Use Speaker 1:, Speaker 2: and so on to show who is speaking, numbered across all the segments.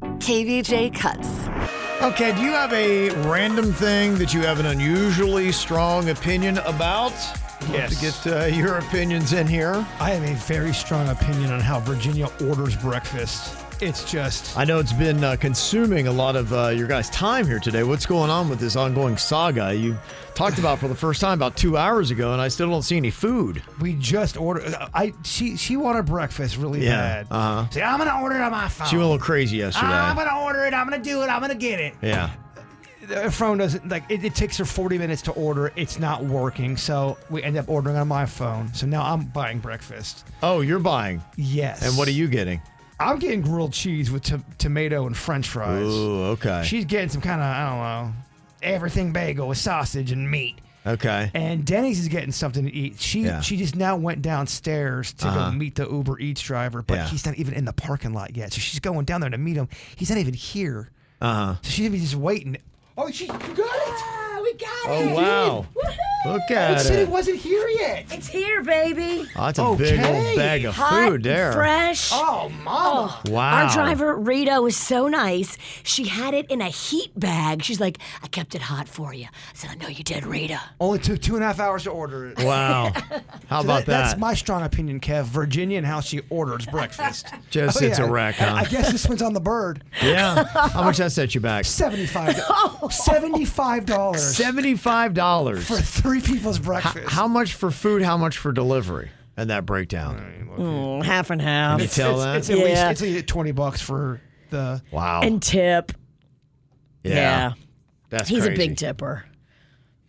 Speaker 1: KVJ cuts.
Speaker 2: Okay, do you have a random thing that you have an unusually strong opinion about?
Speaker 3: Yes.
Speaker 2: To get uh, your opinions in here.
Speaker 3: I have a very strong opinion on how Virginia orders breakfast. It's just
Speaker 2: I know it's been uh, consuming a lot of uh, your guys' time here today. What's going on with this ongoing saga you talked about for the first time about two hours ago, and I still don't see any food.
Speaker 3: we just order. I she she wanted breakfast really
Speaker 2: Yeah,
Speaker 3: bad.
Speaker 2: uh-huh.
Speaker 3: See, I'm gonna order it on my phone.
Speaker 2: She went a little crazy yesterday.
Speaker 3: I'm gonna order it. I'm gonna do it. I'm gonna get it.
Speaker 2: yeah.
Speaker 3: Her phone doesn't like it, it takes her 40 minutes to order. It's not working, so we end up ordering on my phone. So now I'm buying breakfast.
Speaker 2: Oh, you're buying.
Speaker 3: Yes.
Speaker 2: And what are you getting?
Speaker 3: I'm getting grilled cheese with to- tomato and French fries.
Speaker 2: Ooh, okay.
Speaker 3: She's getting some kind of I don't know everything bagel with sausage and meat.
Speaker 2: okay.
Speaker 3: and Denny's is getting something to eat. She
Speaker 2: Yeah. Uh-huh.
Speaker 3: she just now went downstairs to go meet the Uber Eats driver, but
Speaker 2: Yeah.
Speaker 3: he's not even in the parking lot yet. So she's going down there to meet him. He's not even here.
Speaker 2: Uh-huh.
Speaker 3: Uh huh. So she's gonna be just waiting. Oh, she you got Ah, it.
Speaker 4: we got
Speaker 2: Oh, wow. Look
Speaker 3: It
Speaker 2: at
Speaker 3: said it
Speaker 2: it.
Speaker 3: wasn't here yet.
Speaker 4: It's here, baby.
Speaker 2: Oh, that's a big old
Speaker 3: Okay.
Speaker 2: bag of
Speaker 4: Hot,
Speaker 2: food there.
Speaker 4: fresh.
Speaker 3: Oh, mama.
Speaker 2: Wow.
Speaker 4: Our driver Rita was so nice. She had it in a heat bag. She's like, "I kept it hot for you." I said, "I know you did, Rita."
Speaker 3: Only took two and a half hours to order it.
Speaker 2: Wow. How
Speaker 3: So
Speaker 2: about that?
Speaker 3: That's my strong opinion, Kev. Virginia and how she orders breakfast.
Speaker 2: Just
Speaker 3: Oh,
Speaker 2: it's
Speaker 3: yeah.
Speaker 2: a wreck,
Speaker 3: I-
Speaker 2: huh?
Speaker 3: I guess this one's on the bird.
Speaker 2: yeah. How much that set you back?
Speaker 3: Seventy-five. Seventy-five dollars
Speaker 2: Seventy-five dollars.
Speaker 3: for three people's breakfast.
Speaker 2: How much for food? How much for delivery? And that breakdown.
Speaker 4: Mm, half and
Speaker 2: Can
Speaker 4: half.
Speaker 2: you tell
Speaker 3: it's,
Speaker 2: that?
Speaker 3: It's at least
Speaker 4: Yeah.
Speaker 3: it's at least twenty bucks for the.
Speaker 2: wow.
Speaker 4: And tip.
Speaker 2: yeah.
Speaker 4: yeah.
Speaker 2: That's
Speaker 4: He's a
Speaker 2: crazy.
Speaker 4: big tipper.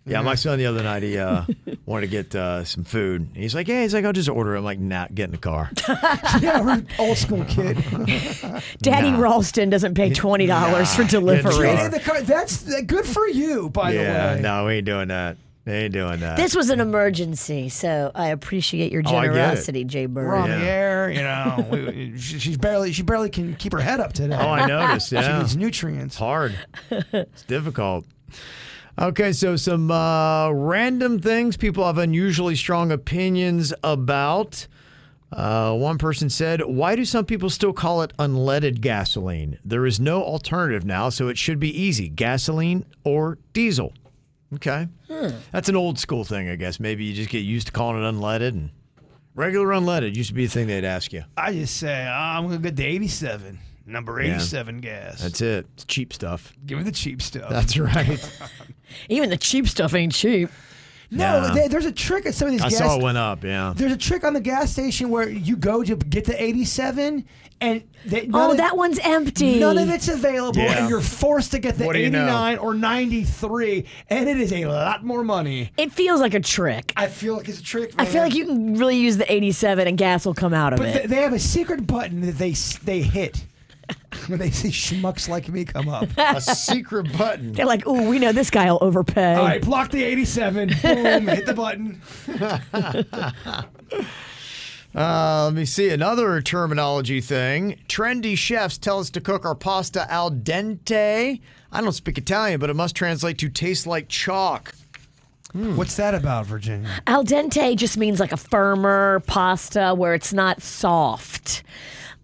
Speaker 2: Yeah, my son the other night he uh, wanted to get uh, some food. He's like, "Yeah," he's like, "I'll just order." It. I'm like, "Nah, get in the car."
Speaker 3: Yeah, we're an old school kid.
Speaker 4: Daddy
Speaker 2: Nah.
Speaker 4: Ralston doesn't pay twenty dollars for
Speaker 2: Nah.
Speaker 4: delivery.
Speaker 2: Yeah.
Speaker 3: And the car, that's that- good for you, by
Speaker 2: yeah,
Speaker 3: the way.
Speaker 2: no, we ain't doing that. We ain't doing that.
Speaker 4: This was an emergency, so I appreciate your
Speaker 2: Oh, I get it.
Speaker 4: generosity, Jay
Speaker 3: We're
Speaker 4: Bird.
Speaker 3: on the air, you know. We, she- she's barely she barely can keep her head up today.
Speaker 2: oh, I noticed.
Speaker 3: She
Speaker 2: Yeah, Oh.
Speaker 3: needs
Speaker 2: it's
Speaker 3: nutrients.
Speaker 2: hard. It's difficult. Okay, so some uh, random things people have unusually strong opinions about. Uh, one person said, Why do some people still call it unleaded gasoline? There is no alternative now, so it should be easy gasoline or diesel. Okay. That's an old school thing, I guess. Maybe you just get used to calling it unleaded and regular unleaded used to be a thing they'd ask you.
Speaker 3: I just say I'm gonna get the 87, number
Speaker 2: 87
Speaker 3: gas.
Speaker 2: That's it. It's cheap stuff.
Speaker 3: Give me the cheap stuff.
Speaker 2: That's right.
Speaker 4: Even the cheap stuff ain't cheap.
Speaker 3: no,
Speaker 2: Yeah.
Speaker 3: there- there's a trick at some of these
Speaker 2: I
Speaker 3: gas
Speaker 2: saw it uh, went up. Yeah.
Speaker 3: There's a trick on the gas station where you go to get the 87 and they, none
Speaker 4: Oh,
Speaker 3: of-
Speaker 4: that one's empty.
Speaker 3: None of it's available,
Speaker 2: Yeah.
Speaker 3: and you're forced to get the
Speaker 2: What do you
Speaker 3: 89
Speaker 2: know?
Speaker 3: or 93, and it is a lot more money.
Speaker 4: It feels like a trick.
Speaker 3: I feel like it's a trick.
Speaker 4: I feel
Speaker 3: man.
Speaker 4: like you can really use the 87 and gas will come out of
Speaker 3: But
Speaker 4: it.
Speaker 3: th- they have a secret button that they s- they hit when they see schmucks like me come up.
Speaker 2: a secret button.
Speaker 4: They're like, ooh, we know this guy will overpay.
Speaker 3: All right, block the 87. Boom, hit the button.
Speaker 2: Uh, let me see another terminology thing. Trendy chefs tell us to cook our pasta al dente. I don't speak Italian, but it must translate to taste like chalk. Hmm.
Speaker 3: What's that about, Virginia?
Speaker 4: Al dente just means like a firmer pasta where it's not soft.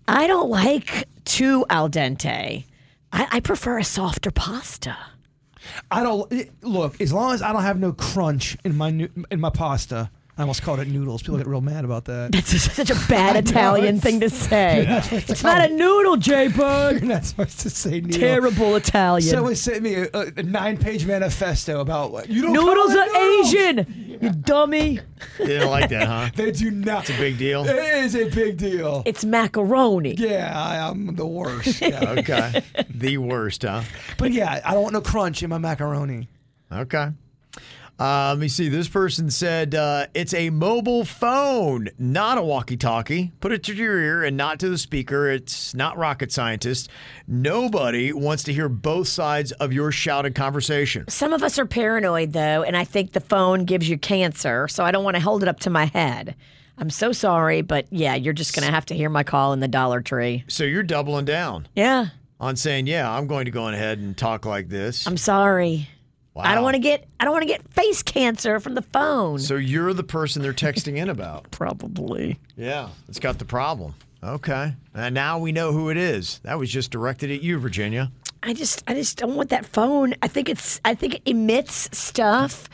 Speaker 4: I don't like too al dente. I, I prefer a softer pasta.
Speaker 3: I don't it- look as long as I don't have no crunch in my new, in my pasta. I almost called it noodles. People get real mad about that.
Speaker 4: That's just such a bad Italian thing to say. It's not a noodle, J Bug.
Speaker 3: You're not supposed to say noodles.
Speaker 4: Terrible Italian.
Speaker 3: Someone sent me a, a nine-page manifesto about what you don't. call
Speaker 4: noodles
Speaker 3: it
Speaker 4: are
Speaker 3: noodles!
Speaker 4: Asian. You dummy.
Speaker 2: Didn't like that, huh?
Speaker 3: They do not. It's
Speaker 2: a big deal.
Speaker 3: It is a big deal.
Speaker 4: It's macaroni.
Speaker 3: Yeah, I, I'm the worst. Yeah.
Speaker 2: Okay. the worst, huh?
Speaker 3: but yeah, I don't want no crunch in my macaroni.
Speaker 2: Okay. Uh, let me see. This person said uh, it's a mobile phone, not a walkie-talkie. Put it to your ear and not to the speaker. It's not rocket scientist. Nobody wants to hear both sides of your shouted conversation.
Speaker 4: Some of us are paranoid, though, and I think the phone gives you cancer, so I don't want to hold it up to my head. I'm so sorry, but yeah, you're just going to have to hear my call in the Dollar Tree.
Speaker 2: So you're doubling down
Speaker 4: Yeah,
Speaker 2: on saying, "Yeah, I'm going to go on ahead and talk like this."
Speaker 4: I'm sorry. I
Speaker 2: Wow.
Speaker 4: don't want to get I don't want to get face cancer from the phone.
Speaker 2: So you're the person they're texting in about.
Speaker 4: Probably.
Speaker 2: Yeah, it's got the problem. Okay, and now we know who it is. That was just directed at you, Virginia.
Speaker 4: I just I just don't want that phone. I think it's I think it emits stuff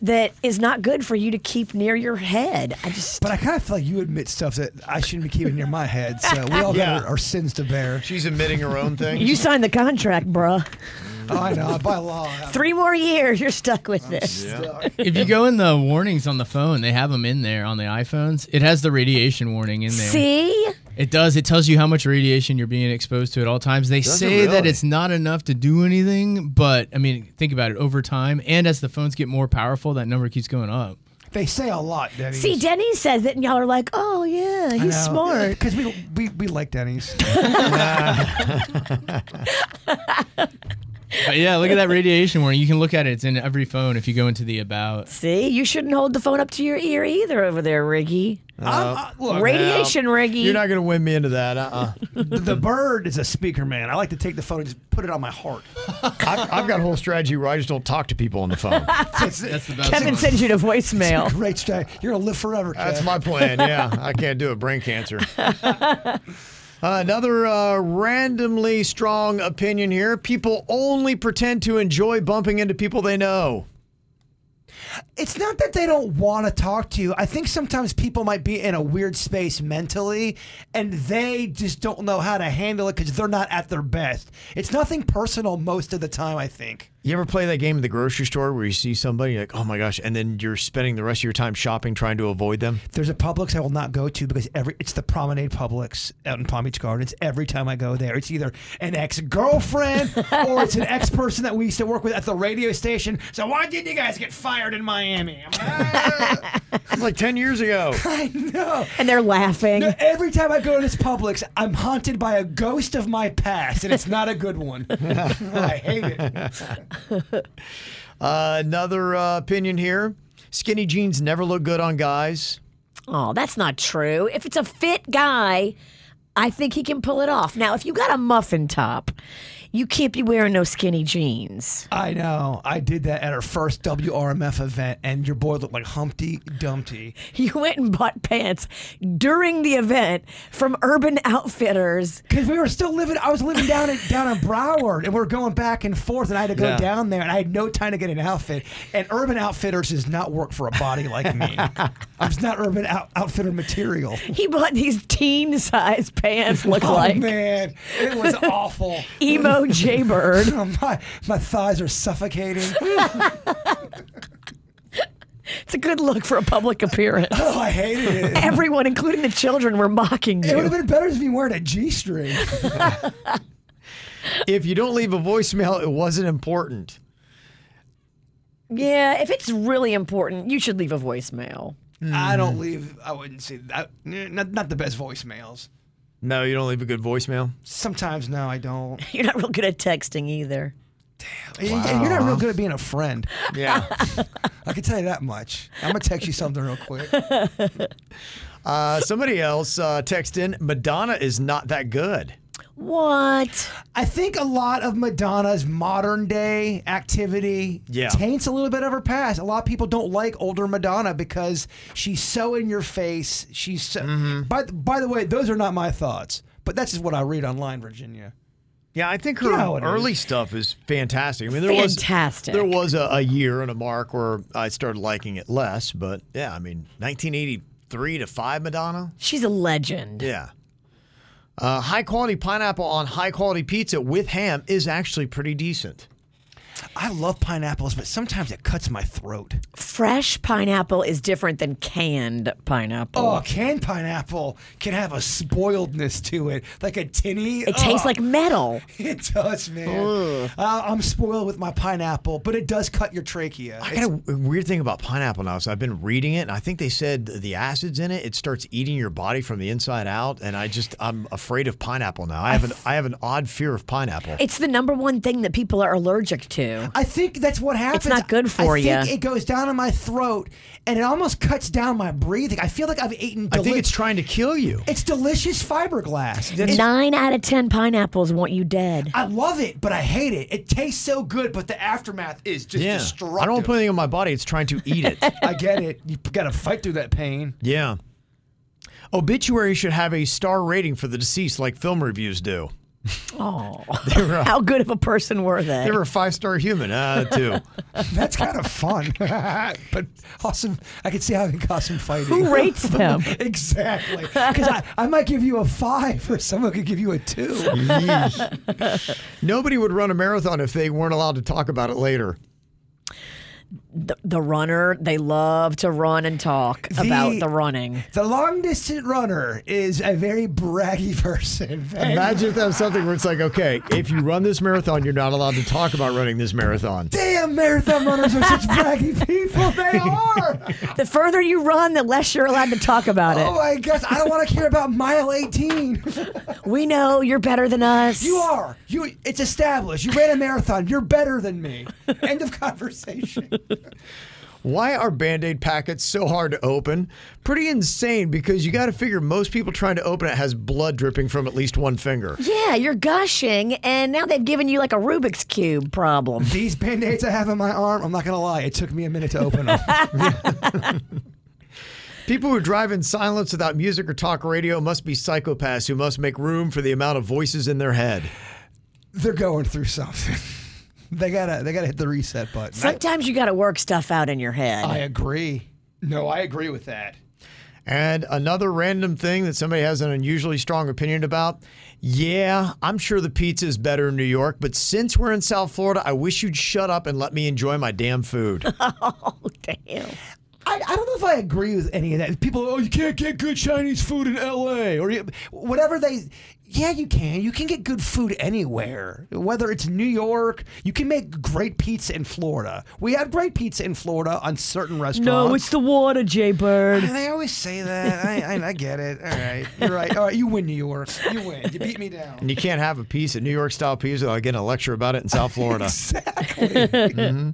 Speaker 4: that is not good for you to keep near your head. I just
Speaker 3: But I kind of feel like you admit stuff that I shouldn't be keeping near my head. So we all
Speaker 2: Yeah.
Speaker 3: got our, our sins to bear.
Speaker 2: She's admitting her own thing.
Speaker 4: you signed the contract, bruh.
Speaker 3: Oh, I know. By law, I'm
Speaker 4: Three more years, you're stuck with this.
Speaker 3: stuck.
Speaker 5: If you go in the warnings on the phone, they have them in there on the iPhones. It has the radiation warning in there.
Speaker 4: See,
Speaker 5: It does. It tells you how much radiation you're being exposed to at all times. They
Speaker 2: Does it
Speaker 5: say that
Speaker 2: really?
Speaker 5: it's not enough to do anything, but I mean, think about it over time. And as the phones get more powerful, that number keeps going up.
Speaker 3: They say a lot, Denny's.
Speaker 4: see, Denny says it, and y'all are like, "Oh yeah, he's smart."
Speaker 3: Because we, we we like Denny's.
Speaker 5: But yeah, look at that radiation warning. You can look at it. It's in every phone if you go into the about.
Speaker 4: See, you shouldn't hold the phone up to your ear either over there, Riggy.
Speaker 3: I'm- I- look,
Speaker 4: Radiation, Riggy.
Speaker 2: You're not going to win me into that. Uh-uh.
Speaker 3: the bird is a speaker, man. I like to take the phone and just put it on my heart.
Speaker 2: I've, I've got a whole strategy where I just don't talk to people on the phone.
Speaker 3: It's-
Speaker 5: That's the best.
Speaker 4: Kevin
Speaker 5: one.
Speaker 4: sends you to voicemail.
Speaker 3: Great strategy. You're gonna live forever. Kev.
Speaker 2: That's my plan. Yeah, I can't do it. Brain cancer. Uh, another uh, randomly strong opinion here. People only pretend to enjoy bumping into people they know.
Speaker 3: It's not that they don't want to talk to you. I think sometimes people might be in a weird space mentally, and they just don't know how to handle it because they're not at their best. It's nothing personal most of the time. I think.
Speaker 2: You ever play that game in the grocery store where you see somebody, you're like, oh my gosh, and then you're spending the rest of your time shopping trying to avoid them?
Speaker 3: There's a Publix I will not go to because every it's the Promenade Publix out in Palm Beach Gardens. Every time I go there, it's either an ex girlfriend or it's an ex person that we used to work with at the radio station. So why did you guys get fired in Miami? I'm like, "Ah,
Speaker 2: It's like 10 years ago.
Speaker 3: I know.
Speaker 4: And they're laughing.
Speaker 3: No, every time I go to this Publix, I'm haunted by a ghost of my past, and it's not a good one. I hate it.
Speaker 2: Uh, another uh, opinion here. Skinny jeans never look good on guys.
Speaker 4: Oh, that's not true. If it's a fit guy, I think he can pull it off. Now, if you got a muffin top, you can't be wearing no skinny jeans.
Speaker 3: I know. I did that at our first WRMF event, and your boy looked like Humpty Dumpty.
Speaker 4: You went and bought pants during the event from Urban Outfitters.
Speaker 3: Because we were still living, I was living down in down in Broward, and we were going back and forth, and I had to go
Speaker 2: Yeah.
Speaker 3: down there, and I had no time to get an outfit. And Urban Outfitters does not work for a body like me. It's not Urban Out- Outfitter material.
Speaker 4: He bought these teen size pants, look
Speaker 3: Oh
Speaker 4: like
Speaker 3: man, it was awful.
Speaker 4: emo Jaybird.
Speaker 3: my my thighs are suffocating.
Speaker 4: It's a good look for a public appearance.
Speaker 3: Oh, I hated it.
Speaker 4: Everyone, including the children, were mocking
Speaker 3: It would have
Speaker 4: you.
Speaker 3: been better if you weren't a G string.
Speaker 2: If you don't leave a voicemail, it wasn't important.
Speaker 4: Yeah, if it's really important, you should leave a voicemail.
Speaker 3: I don't leave. I wouldn't say that. Not, not the best voicemails.
Speaker 2: No, you don't leave a good voicemail.
Speaker 3: Sometimes no, I don't.
Speaker 4: You're not real good at texting either.
Speaker 3: And you're not real good at being a friend.
Speaker 2: Yeah.
Speaker 3: I can tell you that much. I'm gonna text you something real quick.
Speaker 2: uh, somebody else uh, text in Madonna is not that good.
Speaker 4: What?
Speaker 3: I think a lot of Madonna's modern day activity
Speaker 2: Yeah.
Speaker 3: taints a little bit of her past. A lot of people don't like older Madonna because she's so in your face. Mm-hmm. She's so. By by the way, those are not my thoughts, but that's just what I read online, Virginia.
Speaker 2: Yeah, I think her
Speaker 3: You know how it
Speaker 2: early stuff is fantastic. I mean, there
Speaker 4: Fantastic.
Speaker 2: was there was a, a year and a mark where I started liking it less, but yeah, I mean, 1983 to five Madonna.
Speaker 4: She's a legend.
Speaker 2: Yeah. Uh, high quality pineapple on high quality pizza with ham is actually pretty decent.
Speaker 3: I love pineapples, but sometimes it cuts my throat.
Speaker 4: Fresh pineapple is different than canned pineapple.
Speaker 3: Oh, canned pineapple can have a spoiledness to it, like a tinny.
Speaker 4: It tastes
Speaker 3: Oh,
Speaker 4: like metal.
Speaker 3: it does, man. Uh, I'm spoiled with my pineapple, but it does cut your trachea.
Speaker 2: I
Speaker 3: It's-
Speaker 2: got a w- weird thing about pineapple now. So I've been reading it, and I think they said the acids in it it starts eating your body from the inside out. And I just I'm afraid of pineapple now. I have an I have an odd fear of pineapple.
Speaker 4: It's the number one thing that people are allergic to.
Speaker 3: I think that's what happens.
Speaker 4: not good for
Speaker 3: I think
Speaker 4: ya.
Speaker 3: it goes down in my throat, and it almost cuts down my breathing. I feel like I've eaten.
Speaker 2: I
Speaker 3: Deli-
Speaker 2: think it's trying to kill you.
Speaker 3: it's delicious fiberglass. It's-
Speaker 4: Nine out of ten pineapples want you dead.
Speaker 3: I love it, but I hate it. It tastes so good, but the aftermath is just
Speaker 2: Yeah,
Speaker 3: destructive.
Speaker 2: I don't want to put anything in my body. It's trying to eat it.
Speaker 3: I get it. You got to fight through that pain.
Speaker 2: yeah. Obituary should have a star rating for the deceased, like film reviews do.
Speaker 4: Oh, how good of a person were they?
Speaker 2: They were a five star human, uh, too.
Speaker 3: That's kind of fun, but awesome. I can see how it can cause some fighting.
Speaker 4: Who rates them?
Speaker 3: exactly, because I, I might give you a five, or someone could give you a two.
Speaker 2: Nobody would run a marathon if they weren't allowed to talk about it later.
Speaker 4: the, the runner. They love to run and talk about the running.
Speaker 3: The long distance runner is a very braggy person.
Speaker 2: Imagine if that was something where it's like, okay, if you run this marathon, you're not allowed to talk about running this marathon.
Speaker 3: Damn, marathon runners are such braggy people. They are.
Speaker 4: The further you run, the less you're allowed to talk about it.
Speaker 3: Oh my gosh, I don't want to hear about mile 18.
Speaker 4: We know you're better than us.
Speaker 3: You are. You. It's established. You ran a marathon. You're better than me. End of conversation.
Speaker 2: Why are band aid packets so hard to open? Pretty insane because you got to figure most people trying to open it has blood dripping from at least one finger.
Speaker 4: Yeah, you're gushing, and now they've given you like a Rubik's Cube problem.
Speaker 3: These band-aids I have on my arm, I'm not gonna lie, it took me a minute to open them.
Speaker 2: People who drive in silence without music or talk radio must be psychopaths who must make room for the amount of voices in their head.
Speaker 3: They're going through something. they gotta they gotta hit the reset button.
Speaker 4: Sometimes you got to work stuff out in your head.
Speaker 3: I agree. No, I agree with that.
Speaker 2: And another random thing that somebody has an unusually strong opinion about. Yeah, I'm sure the pizza is better in New York, but since we're in South Florida, I wish you'd shut up and let me enjoy my damn food.
Speaker 4: oh, damn.
Speaker 3: I, I don't know if I agree with any of that. People, oh, you can't get good Chinese food in L.A. or you- whatever they. Yeah, you can. You can get good food anywhere, whether it's New York. You can make great pizza in Florida. We have great pizza in Florida on certain restaurants.
Speaker 4: the water, Jay Bird.
Speaker 3: They always say that. I, I, I get it. All right, you're right. All right, you win, New York. You win. You beat me down.
Speaker 2: and you can't have a piece of New York style pizza without getting a lecture about it in South Florida.
Speaker 3: Exactly.